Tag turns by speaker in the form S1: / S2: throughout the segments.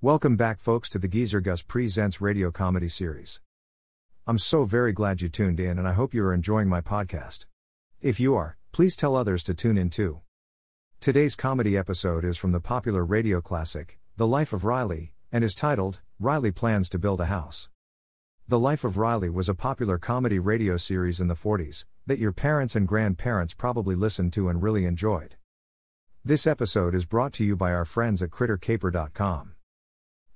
S1: Welcome back, folks, to the Geezer Gus Presents radio comedy series. I'm so very glad you tuned in, and I hope you are enjoying my podcast. If you are, please tell others to tune in too. Today's comedy episode is from the popular radio classic, The Life of Riley, and is titled, Riley Plans to Build a House. The Life of Riley was a popular comedy radio series in the 40s that your parents and grandparents probably listened to and really enjoyed. This episode is brought to you by our friends at CritterCaper.com.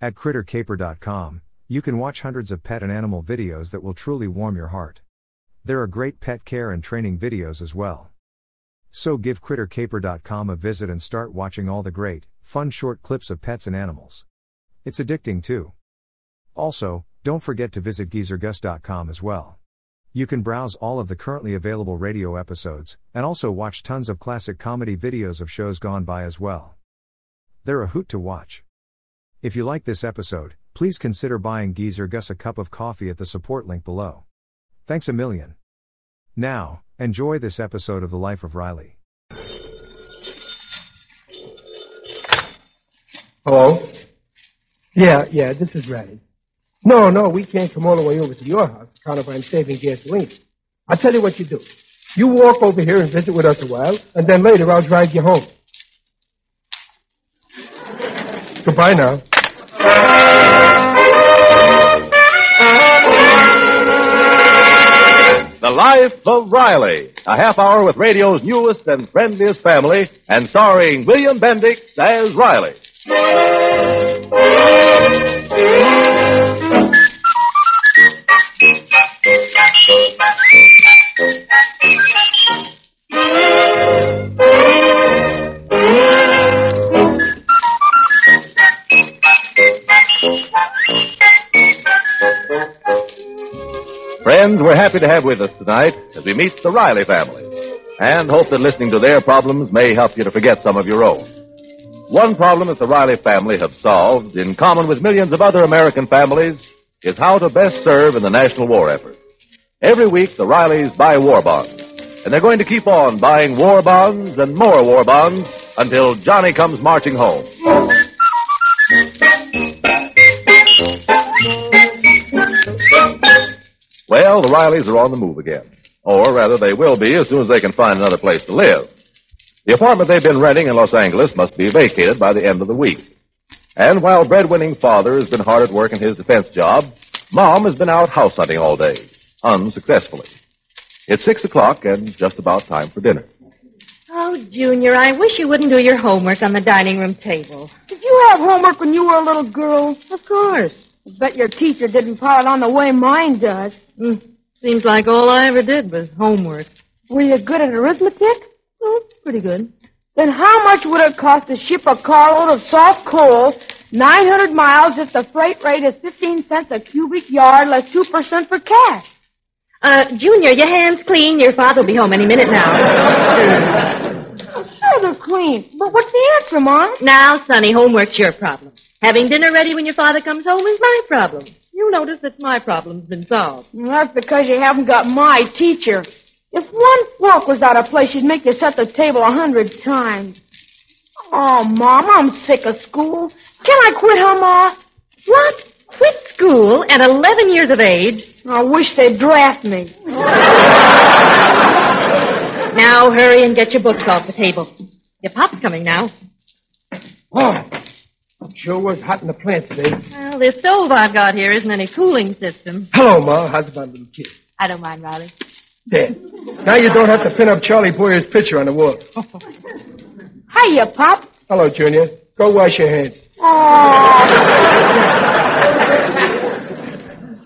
S1: At CritterCaper.com, you can watch hundreds of pet and animal videos that will truly warm your heart. There are great pet care and training videos as well. So give CritterCaper.com a visit and start watching all the great, fun short clips of pets and animals. It's addicting too. Also, don't forget to visit geezergus.com as well. You can browse all of the currently available radio episodes, and also watch tons of classic comedy videos of shows gone by as well. They're a hoot to watch. If you like this episode, please consider buying Geezer Gus a cup of coffee at the support link below. Thanks a million. Now, enjoy this episode of The Life of Riley.
S2: Hello?
S3: Yeah, yeah, this is Riley.
S2: No, no, we can't come all the way over to your house on account of I'm saving gasoline. I'll tell you what you do. You walk over here and visit with us a while, and then later I'll drive you home. Goodbye now.
S4: The Life of Riley, a half hour with radio's newest and friendliest family, and starring William Bendix as Riley. Friends, we're happy to have with us tonight as we meet the Riley family and hope that listening to their problems may help you to forget some of your own. One problem that the Riley family have solved, in common with millions of other American families, is how to best serve in the national war effort. Every week, the Rileys buy war bonds, and they're going to keep on buying war bonds and more war bonds until Johnny comes marching home. Well, the Rileys are on the move again. Or rather, they will be as soon as they can find another place to live. The apartment they've been renting in Los Angeles must be vacated by the end of the week. And while breadwinning father has been hard at work in his defense job, mom has been out house hunting all day, unsuccessfully. It's six o'clock and just about time for dinner.
S5: Oh, Junior, I wish you wouldn't do your homework on the dining room table.
S6: Did you have homework when you were a little girl?
S5: Of course.
S6: Bet your teacher didn't pile it on the way mine does.
S5: Mm, seems like all I ever did was homework.
S6: Were you good at arithmetic?
S5: Oh, pretty good.
S6: Then how much would it cost to ship a carload of soft coal 900 miles if the freight rate is 15 cents a cubic yard less 2% for cash?
S5: Uh, Junior, your hands clean. Your father'll be home any minute now.
S6: I'm Oh, sure they're clean. But what's the answer, Mom?
S5: now, Sonny, homework's your problem. Having dinner ready when your father comes home is my problem. You notice that my problem's been solved.
S6: Well, That's because you haven't got my teacher. If one fork was out of place, she'd make you set the table a hundred times. Oh, Mom, I'm sick of school. Can I quit, huh, Ma?
S5: What? Quit school at 11 years of age?
S6: I wish they'd draft me.
S5: Now hurry and get your books off the table. Your pop's coming now.
S2: Oh, sure was hot in the plant today.
S5: Well, this stove I've got here isn't any cooling system.
S2: Hello, Ma. How's my little kid?
S5: I don't mind, Riley.
S2: There. Now you don't have to pin up Charlie Boyer's picture on the wall.
S6: Hiya, Pop.
S2: Hello, Junior. Go wash your hands.
S6: Oh,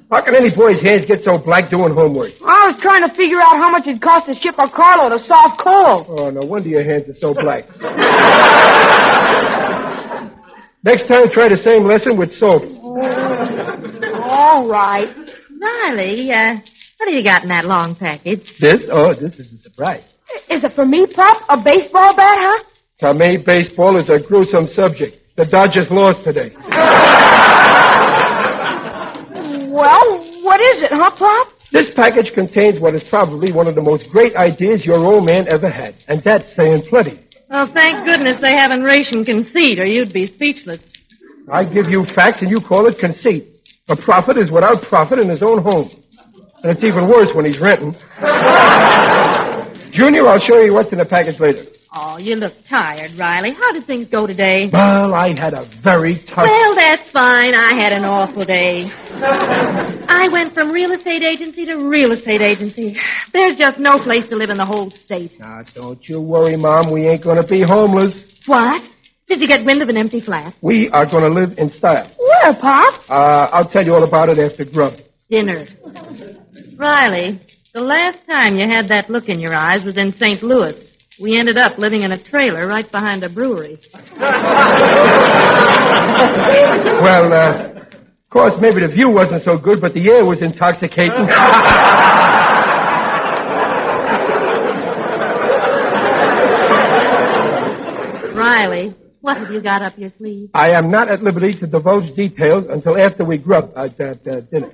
S2: How can any boy's hands get so black doing homework?
S6: I was trying to figure out how much it cost to ship a carload of soft coal.
S2: Oh, no wonder your hands are so black. Next time, try the same lesson with soap.
S6: All right.
S5: Riley, uh, what do you got in that long package?
S2: This? Oh, this is a surprise.
S6: Is it for me, Pop? A baseball bat, huh?
S2: To me, baseball is a gruesome subject. The Dodgers lost today.
S6: Well, what is it, huh, Pop?
S2: This package contains what is probably one of the most great ideas your old man ever had, and that's saying plenty.
S5: Well, thank goodness they haven't ration conceit, or you'd be speechless.
S2: I give you facts and you call it conceit. A prophet is without profit in his own home. And it's even worse when he's renting. Junior, I'll show you what's in the package later.
S5: Oh, you look tired, Riley. How did things go today?
S2: Well, I had a very tough.
S5: Well, that's fine. I had an awful day. I went from real estate agency to real estate agency. There's just no place to live in the whole state.
S2: Now, don't you worry, Mom. We ain't gonna be homeless.
S5: What? Did you get wind of an empty flat?
S2: We are gonna live in style.
S6: Where, Pop?
S2: Uh, I'll tell you all about it after grub.
S5: Dinner. Riley, the last time you had that look in your eyes was in St. Louis. We ended up living in a trailer right behind a brewery.
S2: Well, uh, of course, maybe the view wasn't so good, but the air was intoxicating.
S5: Riley, what have you got up your sleeve?
S2: I am not at liberty to divulge details until after we grub at that uh, dinner.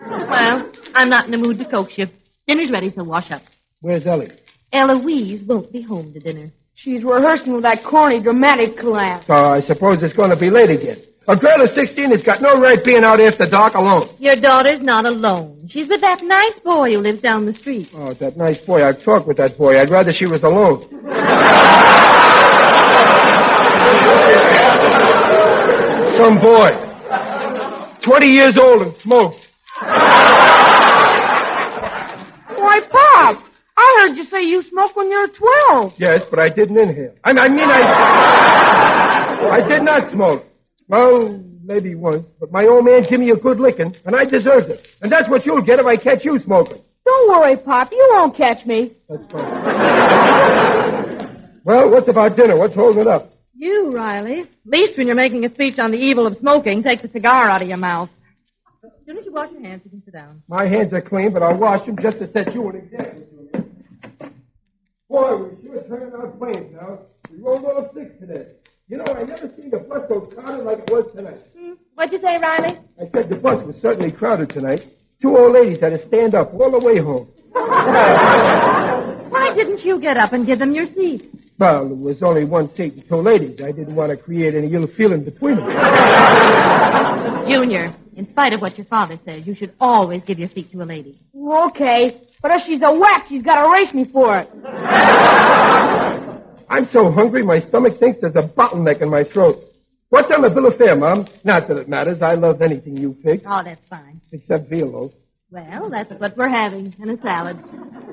S5: Well, I'm not in the mood to coax you. Dinner's ready, so wash up.
S2: Where's Ellie?
S5: Eloise won't be home to dinner.
S6: She's rehearsing with that corny dramatic collapse.
S2: So I suppose it's going to be late again. A girl of 16 has got no right being out after dark alone.
S5: Your daughter's not alone. She's with that nice boy who lives down the street.
S2: Oh, that nice boy. I've talked with that boy. I'd rather she was alone. Some boy. 20 years old and smokes.
S6: Why, Pop? I heard you say you smoked when you were 12.
S2: Yes, but I didn't inhale. I, I mean, I, I did not smoke. Well, maybe once, but my old man gave me a good licking, and I deserved it. And that's what you'll get if I catch you smoking.
S6: Don't worry, Pop. You won't catch me.
S2: That's fine. well, what's about dinner? What's holding it up?
S5: You, Riley. At least when you're making a speech on the evil of smoking, take the cigar out of your mouth. As soon as you wash your hands, you can sit down.
S2: My hands are clean, but I'll wash them just to set you an example. Junior. Boy, we sure turning out flames now. We rolled all six today. You know, I never seen the bus so crowded like it was tonight.
S5: What'd you say, Riley?
S2: I said the bus was certainly crowded tonight. Two old ladies had to stand up all the way home.
S5: Why didn't you get up and give them your seat?
S2: Well, there was only one seat and two ladies. I didn't want to create any ill feeling between them.
S5: Junior, in spite of what your father says, you should always give your seat to a lady.
S6: Okay, but if she's a whack, she's got to race me for it.
S2: I'm so hungry, my stomach thinks there's a bottleneck in my throat. What's on the bill of fare, Mom? Not that it matters. I love anything you pick,
S5: Oh, that's fine.
S2: except veal loaf.
S5: Well, that's what we're having, and a salad.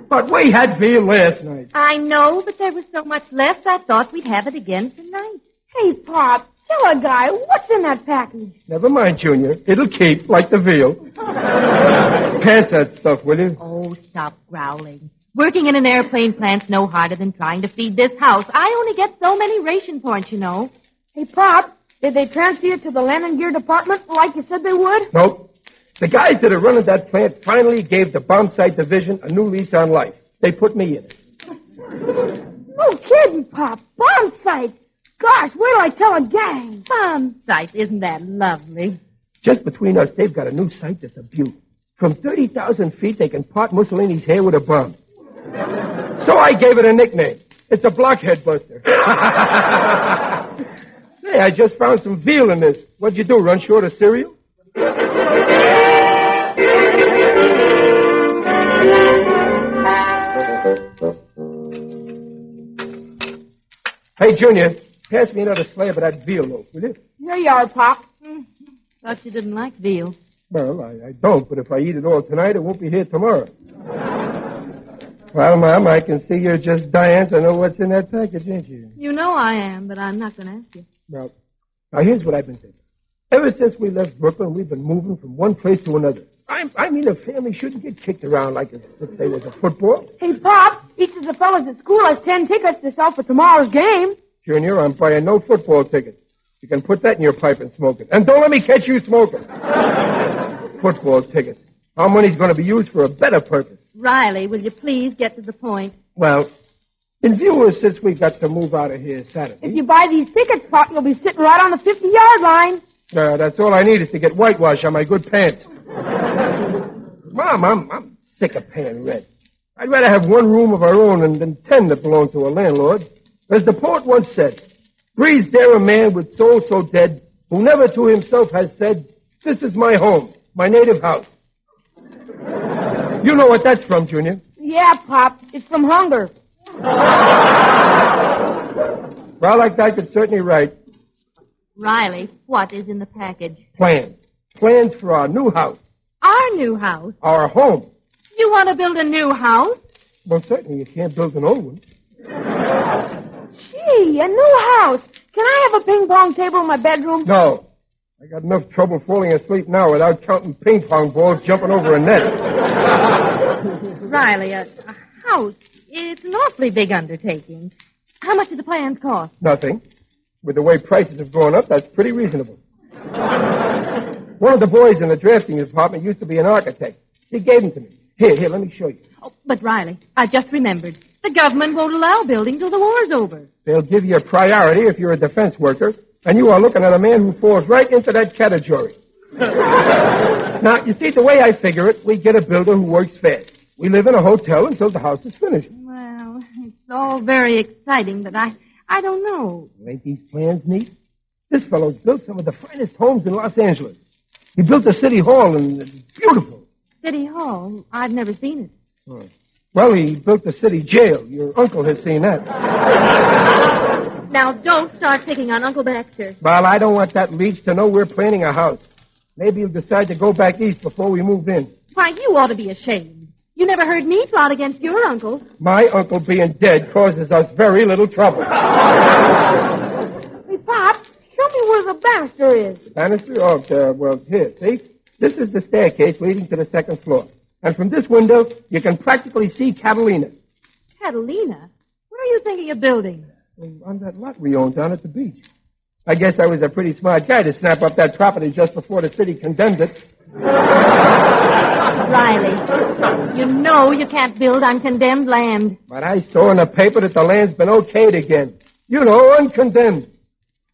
S2: But we had veal last night.
S5: I know, but there was so much left, I thought we'd have it again tonight.
S6: Hey, Pop, tell a guy what's in that package.
S2: Never mind, Junior. It'll keep, like the veal. Pass that stuff, will you?
S5: Oh, stop growling. Working in an airplane plant's no harder than trying to feed this house. I only get so many ration points, you know.
S6: Hey, Pop, did they transfer you to the land and gear department like you said they would?
S2: Nope. The guys that are running that plant finally gave the bombsite division a new lease on life. They put me in it.
S6: No kidding, Pop. Bomb sight. Gosh, where do I tell a gang?
S5: Bomb site, isn't that lovely?
S2: Just between us, they've got a new site that's a beaut. From 30,000 feet, they can part Mussolini's hair with a bomb. So I gave it a nickname. It's a blockhead buster. hey, I just found some veal in this. What'd you do, run short of cereal? Hey, Junior, pass me another slab of that veal loaf, will you?
S6: Here you are, Pop.
S5: Thought you didn't like veal.
S2: Well, I, I don't, but if I eat it all tonight, it won't be here tomorrow. well, Mom, I can see you're just dying to know what's in that package, ain't you?
S5: You know I am, but I'm not going to ask you.
S2: Now, now here's what I've been thinking. Ever since we left Brooklyn, we've been moving from one place to another. I, I mean, a family shouldn't get kicked around like as if they was a football.
S6: Hey, Pop, each of the fellas at school has ten tickets to sell for tomorrow's game.
S2: Junior, I'm buying no football tickets. You can put that in your pipe and smoke it. And don't let me catch you smoking. football tickets. Our money's going to be used for a better purpose.
S5: Riley, will you please get to the point?
S2: Well, in view of since we got to move out of here
S6: If
S2: Saturday,
S6: you buy these tickets, Pop, you'll be sitting right on the 50-yard line.
S2: uh, that's all I need is to get whitewash on my good pants. Mom, I'm, I'm sick of paying rent. I'd rather have one room of our own than, than ten that belong to a landlord. As the poet once said, breathes there a man with soul so dead, who never to himself has said, This is my home, my native house. you know what that's from, Junior.
S6: Yeah, Pop. It's from hunger.
S2: Frolic Dyke is certainly right.
S5: Riley, what is in the package?
S2: Plans. Plans for our new house,
S5: Our new house.
S2: our home.
S5: You want to build a new house?
S2: Well, certainly you can't build an old one.
S6: Gee, a new house. Can I have a ping pong table in my bedroom?
S2: No. I got enough trouble falling asleep now without counting ping pong balls jumping over a net.
S5: Riley, a, a house. It's an awfully big undertaking. How much do the plans cost?
S2: Nothing. With the way prices have gone up, that's pretty reasonable. One of the boys in the drafting department used to be an architect. He gave them to me. Here, here, let me show you.
S5: Oh, but Riley, I just remembered. The government won't allow building till the war's over.
S2: They'll give you a priority if you're a defense worker, and you are looking at a man who falls right into that category. now, you see, the way I figure it, we get a builder who works fast. We live in a hotel until the house is finished.
S5: Well, it's all very exciting, but I, I don't know.
S2: Ain't these plans neat? This fellow's built some of the finest homes in Los Angeles. He built the city hall, and it's beautiful.
S5: City Hall, I've never seen it.
S2: Well, he built the city jail. Your uncle has seen that.
S5: Now, don't start picking on Uncle Baxter.
S2: Well, I don't want that leech to know we're planning a house. Maybe he'll decide to go back east before we move in.
S5: Why, you ought to be ashamed. You never heard me plot against your uncle.
S2: My uncle being dead causes us very little trouble.
S6: Hey, Pop, show me where the banister is.
S2: Banister? Oh, uh, well, here, see? This is the staircase leading to the second floor. And from this window, you can practically see Catalina.
S5: Catalina, what are you thinking of building?
S2: On that lot we own down at the beach. I guess I was a pretty smart guy to snap up that property just before the city condemned it.
S5: Riley, you know you can't build on condemned land.
S2: But I saw in the paper that the land's been okayed again. You know, uncondemned.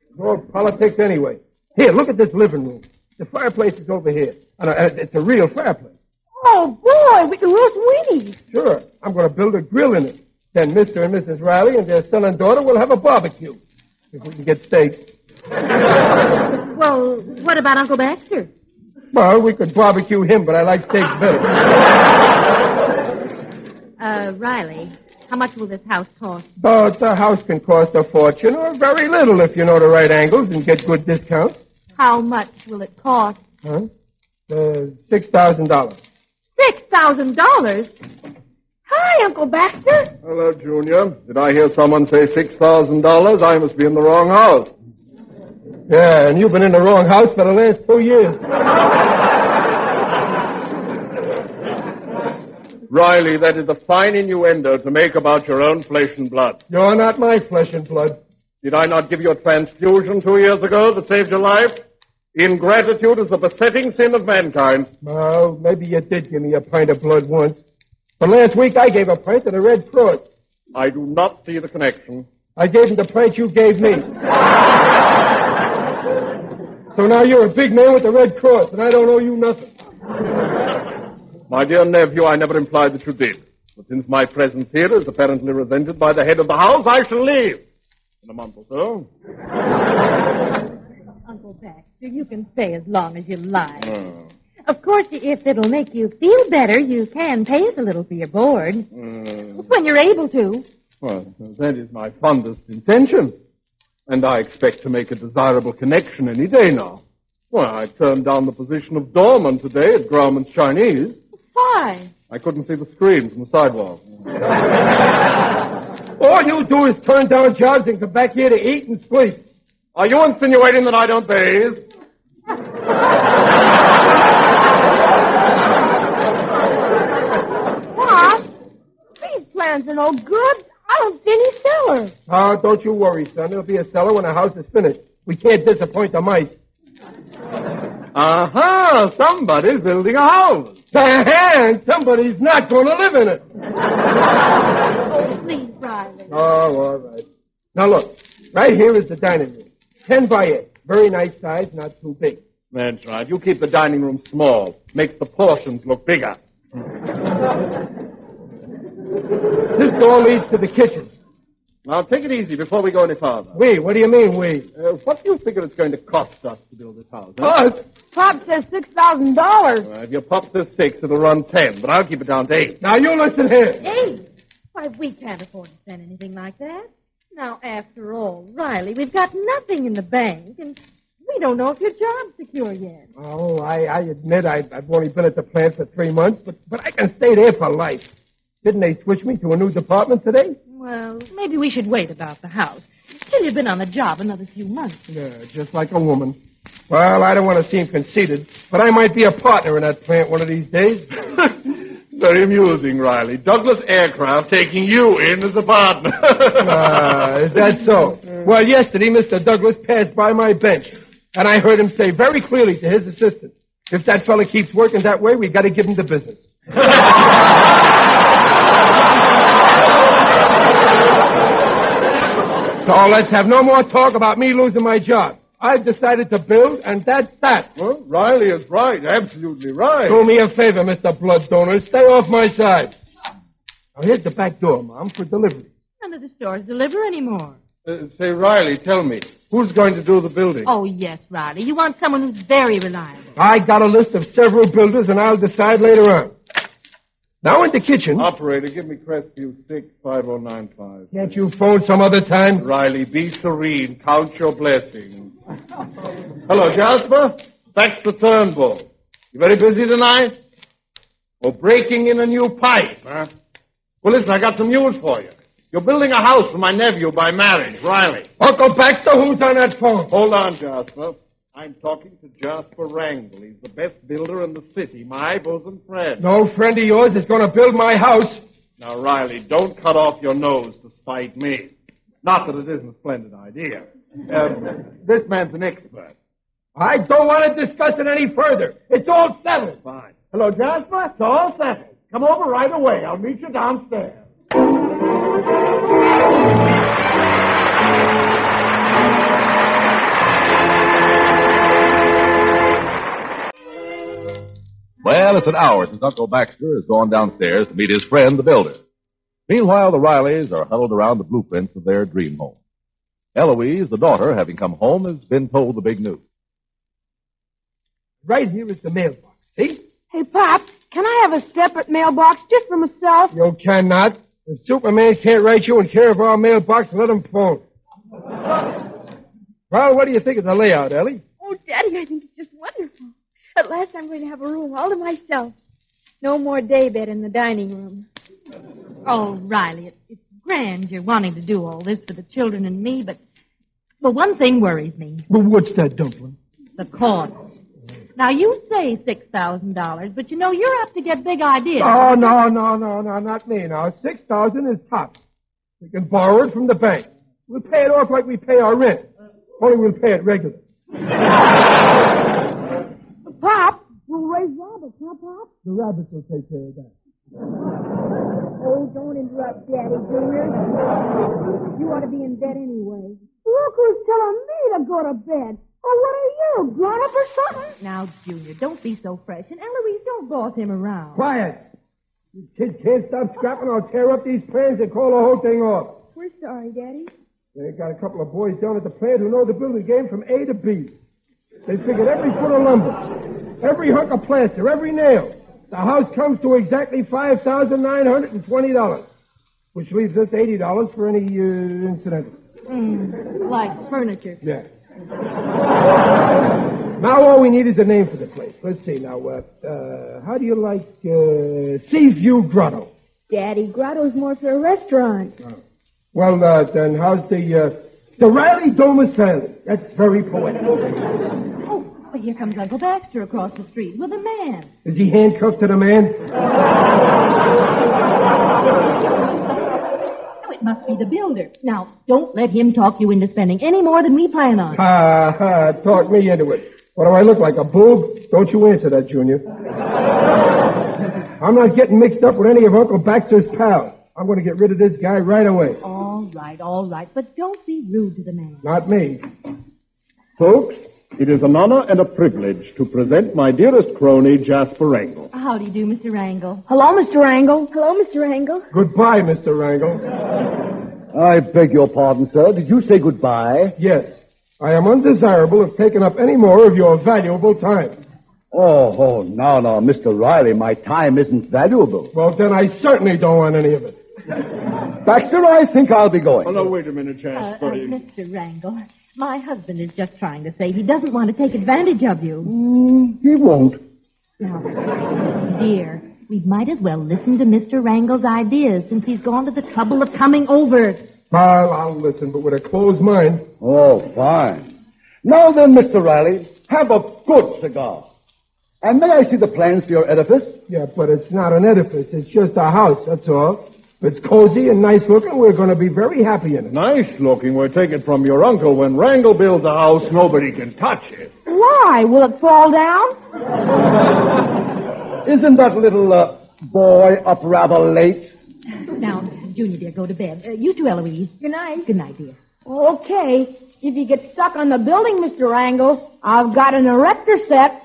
S2: It's all politics anyway. Here, look at this living room. The fireplace is over here. And, uh, it's a real fireplace.
S6: Oh, boy, we can roast Wheaties.
S2: Sure, I'm going to build a grill in it. Then Mr. and Mrs. Riley and their son and daughter will have a barbecue. If we can get steak.
S5: Well, what about Uncle Baxter?
S2: Well, we could barbecue him, but I like steak better.
S5: Uh, Riley, how much will this house cost?
S2: But the house can cost a fortune, or very little if you know the right angles and get good discounts.
S5: How much will it cost?
S2: Huh? Uh, six thousand dollars.
S5: Six thousand dollars?
S6: Hi, Uncle Baxter.
S7: Hello, Junior. Did I hear someone say $6,000? I must be in the wrong house.
S2: Yeah, and you've been in the wrong house for the last two years.
S7: Riley, that is a fine innuendo to make about your own flesh and blood.
S2: You're not my flesh and blood.
S7: Did I not give you a transfusion two years ago that saved your life? Ingratitude is the besetting sin of mankind.
S2: Well, Oh, maybe you did give me a pint of blood once, but last week I gave a pint to the Red Cross.
S7: I do not see the connection.
S2: I gave him the pint you gave me. so now you're a big man with the Red Cross, and I don't owe you nothing.
S7: My dear nephew, I never implied that you did. But since my presence here is apparently resented by the head of the house, I shall leave. In a month or so.
S5: Uncle Baxter, you can stay as long as you like. Of course, if it'll make you feel better, you can pay us a little for your board. When you're able to.
S7: Well, that is my fondest intention. And I expect to make a desirable connection any day now. Well, I turned down the position of doorman today at Grauman's Chinese.
S5: Why?
S7: I couldn't see the screen from the sidewalk.
S2: All you do is turn down jobs and come back here to eat and sleep.
S7: Are you insinuating that I don't bathe?
S6: Pop, these plans are no good. I don't see any cellar.
S2: Oh, don't you worry, son. There'll be a cellar when the house is finished. We can't disappoint the mice.
S7: Aha! Uh-huh. Somebody's building a house.
S2: And somebody's not going to live in it.
S5: Please, Riley.
S2: Oh, all right. Now look, right here is the dining room. Ten by eight. Very nice size, not too big.
S7: That's right. You keep the dining room small. Makes the portions look bigger.
S2: This door leads to the kitchen. Now, take it easy before we go any farther.
S3: We? What do you mean we?
S2: Uh, what do you figure it's going to cost us to build this house? huh?
S3: Us?
S8: Pop says $6,000.
S2: Well, if you pop this six, it'll run ten, but I'll keep it down to eight.
S3: Now you listen here.
S5: Hey, why, we can't afford to spend anything like that. Now, after all, Riley, we've got nothing in the bank, and we don't know if your job's secure yet.
S3: Oh, I, I admit I, I've only been at the plant for three months, but, but I can stay there for life. Didn't they switch me to a new department today?
S5: Well, maybe we should wait about the house. Till you've been on the job another few months.
S3: Yeah, just like a woman. Well, I don't want to seem conceited, but I might be a partner in that plant one of these days.
S2: Very amusing, Riley. Douglas Aircraft taking you in as a partner.
S3: Ah, is that so? Well, yesterday, Mr. Douglas passed by my bench, and I heard him say very clearly to his assistant, if that fella keeps working that way, we got to give him the business. so let's have no more talk about me losing my job. I've decided to build, and that's that.
S2: Well, Riley is right, absolutely right.
S3: Do me a favor, Mr. Blood Donor. Stay off my side. Now, here's the back door, Mom, for delivery.
S5: None of the stores deliver anymore.
S2: Uh, say, Riley, tell me, who's going to do the building?
S5: Oh, yes, Riley. You want someone who's very reliable.
S3: I got a list of several builders, and I'll decide later on. Now in the kitchen.
S7: Uh,
S2: Operator, give me Crestview 65095.
S3: Can't you phone some other time?
S2: Riley, be serene. Count your blessings. Hello, Jasper. Baxter Turnbull. You very busy tonight? Or breaking in a new pipe, huh? Well, listen, I got some news for you. You're building a house for my nephew by marriage, Riley.
S3: Uncle Baxter, who's on that phone?
S2: Hold on, Jasper. I'm talking to Jasper Wrangle. He's the best builder in the city, my bosom friend.
S3: No friend of yours is going to build my house.
S2: Now, Riley, don't cut off your nose to spite me. Not that it isn't a splendid idea. Um, this man's an expert.
S3: I don't want to discuss it any further. It's all settled.
S2: Fine. Hello, Jasper. It's all settled. Come over right away. I'll meet you downstairs.
S4: Well, it's an hour since Uncle Baxter has gone downstairs to meet his friend, the builder. Meanwhile, the Rileys are huddled around the blueprints of their dream home. Eloise, the daughter, having come home, has been told the big news.
S3: Right here is the mailbox. See?
S8: Hey, Pop, can I have a separate mailbox just for myself?
S3: You cannot. If Superman can't write you and care of our mailbox, let him phone. well, what do you think of the layout, Ellie?
S6: Oh, Daddy, I think it's just wonderful. At last I'm going to have a room all to myself. No more daybed in the dining room.
S5: Oh, Riley, it, it's grand you're wanting to do all this for the children and me, but but one thing worries me:
S3: Well, what's that, Dumpling?
S5: the cost. Now you say six thousand dollars, but you know you're up to get big ideas.
S3: Oh, no, no, no, no, not me. Now, 6000 is top. We can borrow it from the bank. We'll pay it off like we pay our rent. Only we'll pay it regular.
S8: Pop, we'll raise rabbits, huh, Pop?
S3: The rabbits will take care of that.
S6: Oh, don't interrupt, Daddy Junior. You ought to be in bed anyway.
S8: Look who's telling me to go to bed. Oh, what are you, grown up or something?
S5: Now, Junior, don't be so fresh, and Eloise, don't boss him around.
S3: Quiet! You kids can't stop scrapping. I'll tear up these plans and call the whole thing off.
S6: We're sorry, Daddy.
S3: They got a couple of boys down at the plant who know the building game from A to B. They figured every foot of lumber, every hunk of plaster, every nail. The house comes to exactly five thousand nine hundred and twenty dollars, which leaves us eighty dollars for any uh, incidental.
S5: Like furniture.
S3: Yeah. now all we need is a name for the place. Let's see. Now, uh, uh, how do you like uh, Seaview Grotto?
S6: Daddy, Grotto's more for a restaurant.
S3: Well, uh, then how's the uh, the Riley Domus family? That's very poetic.
S5: Oh, well, here comes Uncle Baxter across the street with a man.
S3: Is he handcuffed to the man?
S5: Oh, it must be the builder. Now, don't let him talk you into spending any more than we plan on.
S3: Ha ha! Talk me into it. What do I look like, a boob? Don't you answer that, Junior. I'm not getting mixed up with any of Uncle Baxter's pals. I'm going to get rid of this guy right away.
S5: All right, all right, but don't be rude to the man.
S3: Not me.
S2: Folks, it is an honor and a privilege to present my dearest crony, Jasper Engel.
S5: How do you do, Mr. Wrangle?
S8: Hello, Mr. Angle.
S6: Hello, Mr. Angle.
S3: Goodbye, Mr. Wrangle.
S2: I beg your pardon, sir. Did you say goodbye?
S3: Yes. I am undesirable of taking up any more of your valuable time.
S2: Oh, oh, no, no, Mr. Riley, my time isn't valuable.
S3: Well, then I certainly don't want any of it.
S2: Baxter, I think I'll be going.
S4: Oh, no, wait a minute,
S5: Uh, uh,
S4: Jasper.
S5: Mr. Wrangle, my husband is just trying to say he doesn't want to take advantage of you.
S2: Mm, He won't.
S5: Now, dear, we might as well listen to Mr. Wrangle's ideas since he's gone to the trouble of coming over.
S3: Well, I'll listen, but with a closed mind.
S2: Oh, fine. Now then, Mr. Riley, have a good cigar. And may I see the plans for your edifice?
S3: Yeah, but it's not an edifice. It's just a house, that's all. It's cozy and nice looking. We're going to be very happy in it.
S4: Nice looking. We're taking from your uncle. When Wrangle builds a house, nobody can touch it.
S6: Why? Will it fall down?
S2: Isn't that little uh, boy up rather late?
S5: Now, Junior, dear, go to bed. Uh, you too, Eloise.
S9: Good night.
S5: Good night, dear.
S6: Okay. If you get stuck on the building, Mr. Angle, I've got an erector set.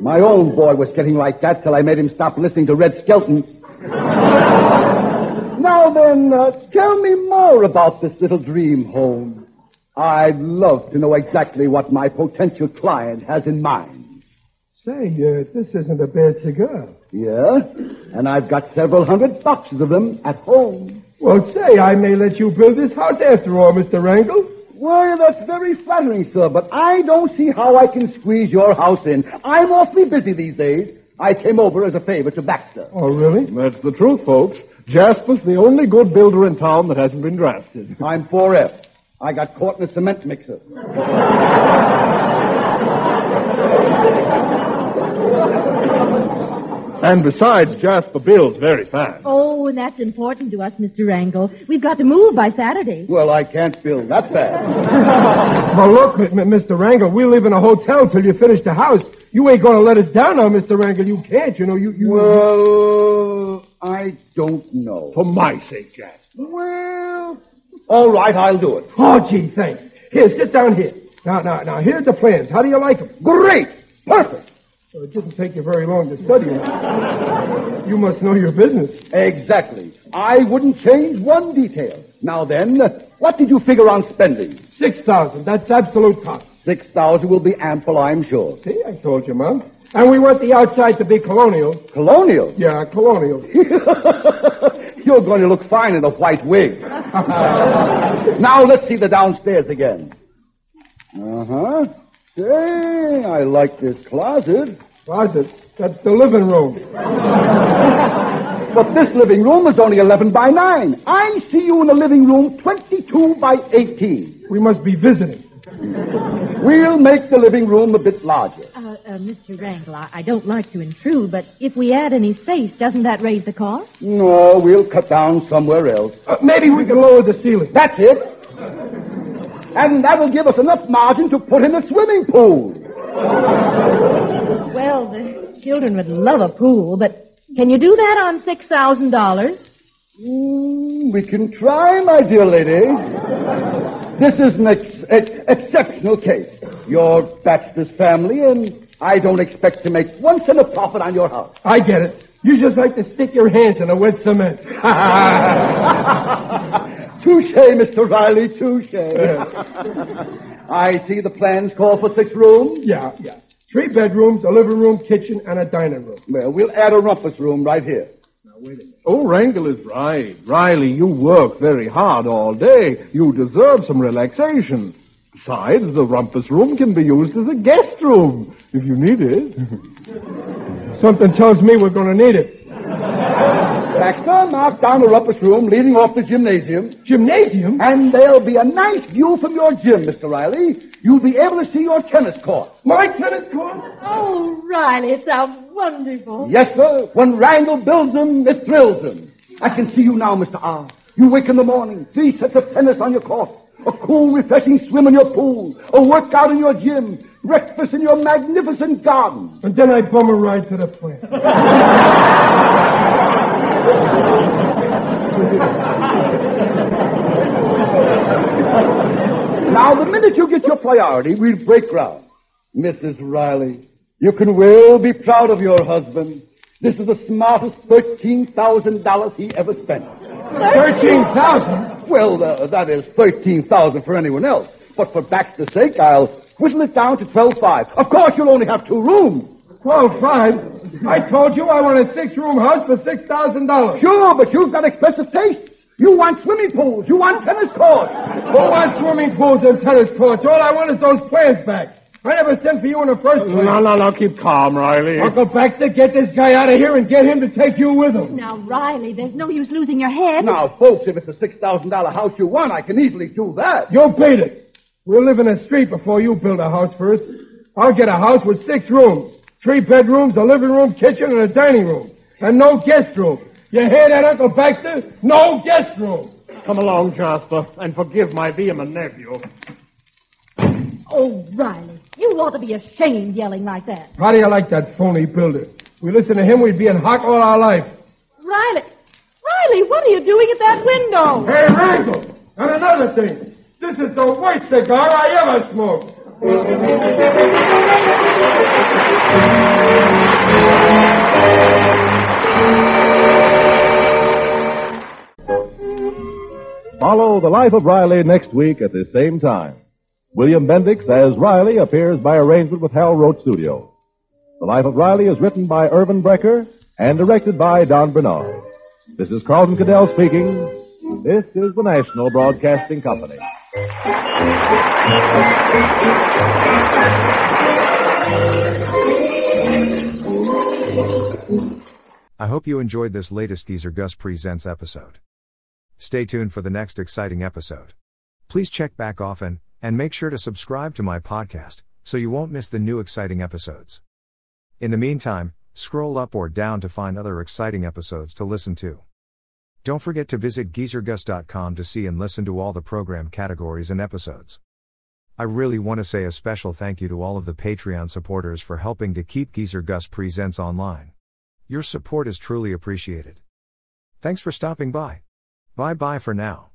S2: My own boy was getting like that till I made him stop listening to Red Skelton. now then, uh, tell me more about this little dream home. I'd love to know exactly what my potential client has in mind.
S3: Say, uh, this isn't a bad cigar.
S2: Yeah? And I've got several hundred boxes of them at home.
S3: Well, say, I may let you build this house after all, Mr. Wrangle.
S2: Well, that's very flattering, sir, but I don't see how I can squeeze your house in. I'm awfully busy these days. I came over as a favor to Baxter.
S3: Oh, really?
S4: That's the truth, folks. Jasper's the only good builder in town that hasn't been drafted.
S2: I'm 4F. I got caught in a cement mixer.
S4: And besides, Jasper builds very fast.
S5: Oh, and that's important to us, Mr. Wrangle. We've got to move by Saturday.
S2: Well, I can't build that bad.
S3: Well, look, M- M- Mr. Wrangle, we live in a hotel till you finish the house. You ain't going to let us down now, Mr. Wrangle. You can't, you know. You, you...
S2: Well, I don't know.
S4: For my sake, Jasper.
S2: Well, all right, I'll do it.
S3: Oh, gee, thanks. Here, sit down here. Now, now, now, here's the plans. How do you like 'em?
S2: Great, perfect,
S3: Well, it didn't take you very long to study them. you must know your business.
S2: exactly. I wouldn't change one detail. Now then, what did you figure on spending?
S3: Six thousand, that's absolute top.
S2: Six thousand will be ample, I'm sure.
S3: See, I told you, Mom. And we want the outside to be colonial.
S2: Colonial.
S3: Yeah, colonial.
S2: You're going to look fine in a white wig. now let's see the downstairs again. Uh huh. Say, I like this closet.
S3: Closet. That's the living room.
S2: But this living room is only 11 by 9. I see you in a living room 22 by 18.
S3: We must be visiting.
S2: We'll make the living room a bit larger.
S5: Uh, uh, Mr. Wrangle, I, I don't like to intrude, but if we add any space, doesn't that raise the cost?
S2: No, we'll cut down somewhere else.
S3: Uh, maybe we can lower the ceiling.
S2: That's it. And that'll give us enough margin to put in a swimming pool.
S5: Well, the children would love a pool, but can you do that on six thousand dollars?
S2: Mm, we can try, my dear lady. This is an ex- ex- exceptional case. You're Baxter's family, and I don't expect to make one cent of profit on your house.
S3: I get it. You just like to stick your hands in a wet cement.
S2: Touche, Mr. Riley, touche. I see the plans call for six rooms.
S3: yeah, yeah. Three bedrooms, a living room, kitchen, and a dining room.
S2: Well, we'll add a rumpus room right here.
S4: Oh, Wrangle is right. Riley, you work very hard all day. You deserve some relaxation. Besides, the rumpus room can be used as a guest room if you need it.
S3: Something tells me we're going to need it.
S2: Baxter, mark down a rumpus room leading off the gymnasium,
S3: Gymnasium?
S2: and there'll be a nice view from your gym, Mr. Riley. You'll be able to see your tennis court.
S3: My tennis court?
S5: Oh, Riley, it sounds wonderful.
S2: Yes, sir. When Randall builds them, it thrills them. I can see you now, Mr. R. You wake in the morning, three sets of tennis on your court, a cool, refreshing swim in your pool, a workout in your gym, breakfast in your magnificent garden.
S3: And then I bum a ride to the plant.
S2: Now, the minute you get your priority, we'll break ground. Mrs. Riley, you can well be proud of your husband.
S10: This is the smartest $13,000 he ever spent.
S3: Thirteen thousand.
S10: Well, uh, that is 13000 for anyone else. But for Baxter's sake, I'll whittle it down to 125 Of course, you'll only have two rooms.
S3: Twelve five. I told you I want a six-room house for six thousand dollars.
S10: Sure, but you've got expensive tastes. You want swimming pools. You want tennis courts.
S3: Who wants swimming pools and tennis courts? All I want is those plans back. I never sent for you in the first place.
S7: No, no, no. Keep calm, Riley.
S3: Uncle Baxter, get this guy out of here and get him to take you with him.
S5: Now, Riley, there's no use losing your head.
S10: Now, folks, if it's a $6,000 house you want, I can easily do that.
S3: You'll beat it. We'll live in a street before you build a house for us. I'll get a house with six rooms. Three bedrooms, a living room, kitchen, and a dining room. And no guest room. You hear that, Uncle Baxter? No guest room.
S7: Come along, Jasper, and forgive my vehement nephew.
S5: Oh, Riley, you ought to be ashamed yelling like that.
S3: How do you like that phony builder? We listen to him, we'd be in hock all our life.
S5: Riley, Riley, what are you doing at that window?
S3: Hey, Randall! And another thing, this is the worst cigar I ever smoked.
S4: Follow The Life of Riley next week at the same time. William Bendix as Riley appears by arrangement with Hal Roach Studios. The Life of Riley is written by Irvin Brecker and directed by Don Bernard. This is Carlton Cadell speaking. This is the National Broadcasting Company.
S1: I hope you enjoyed this latest Geezer Gus Presents episode. Stay tuned for the next exciting episode. Please check back often, and make sure to subscribe to my podcast so you won't miss the new exciting episodes. In the meantime, scroll up or down to find other exciting episodes to listen to. Don't forget to visit geezergus.com to see and listen to all the program categories and episodes. I really want to say a special thank you to all of the Patreon supporters for helping to keep Geezer Gus Presents online. Your support is truly appreciated. Thanks for stopping by. Bye bye for now.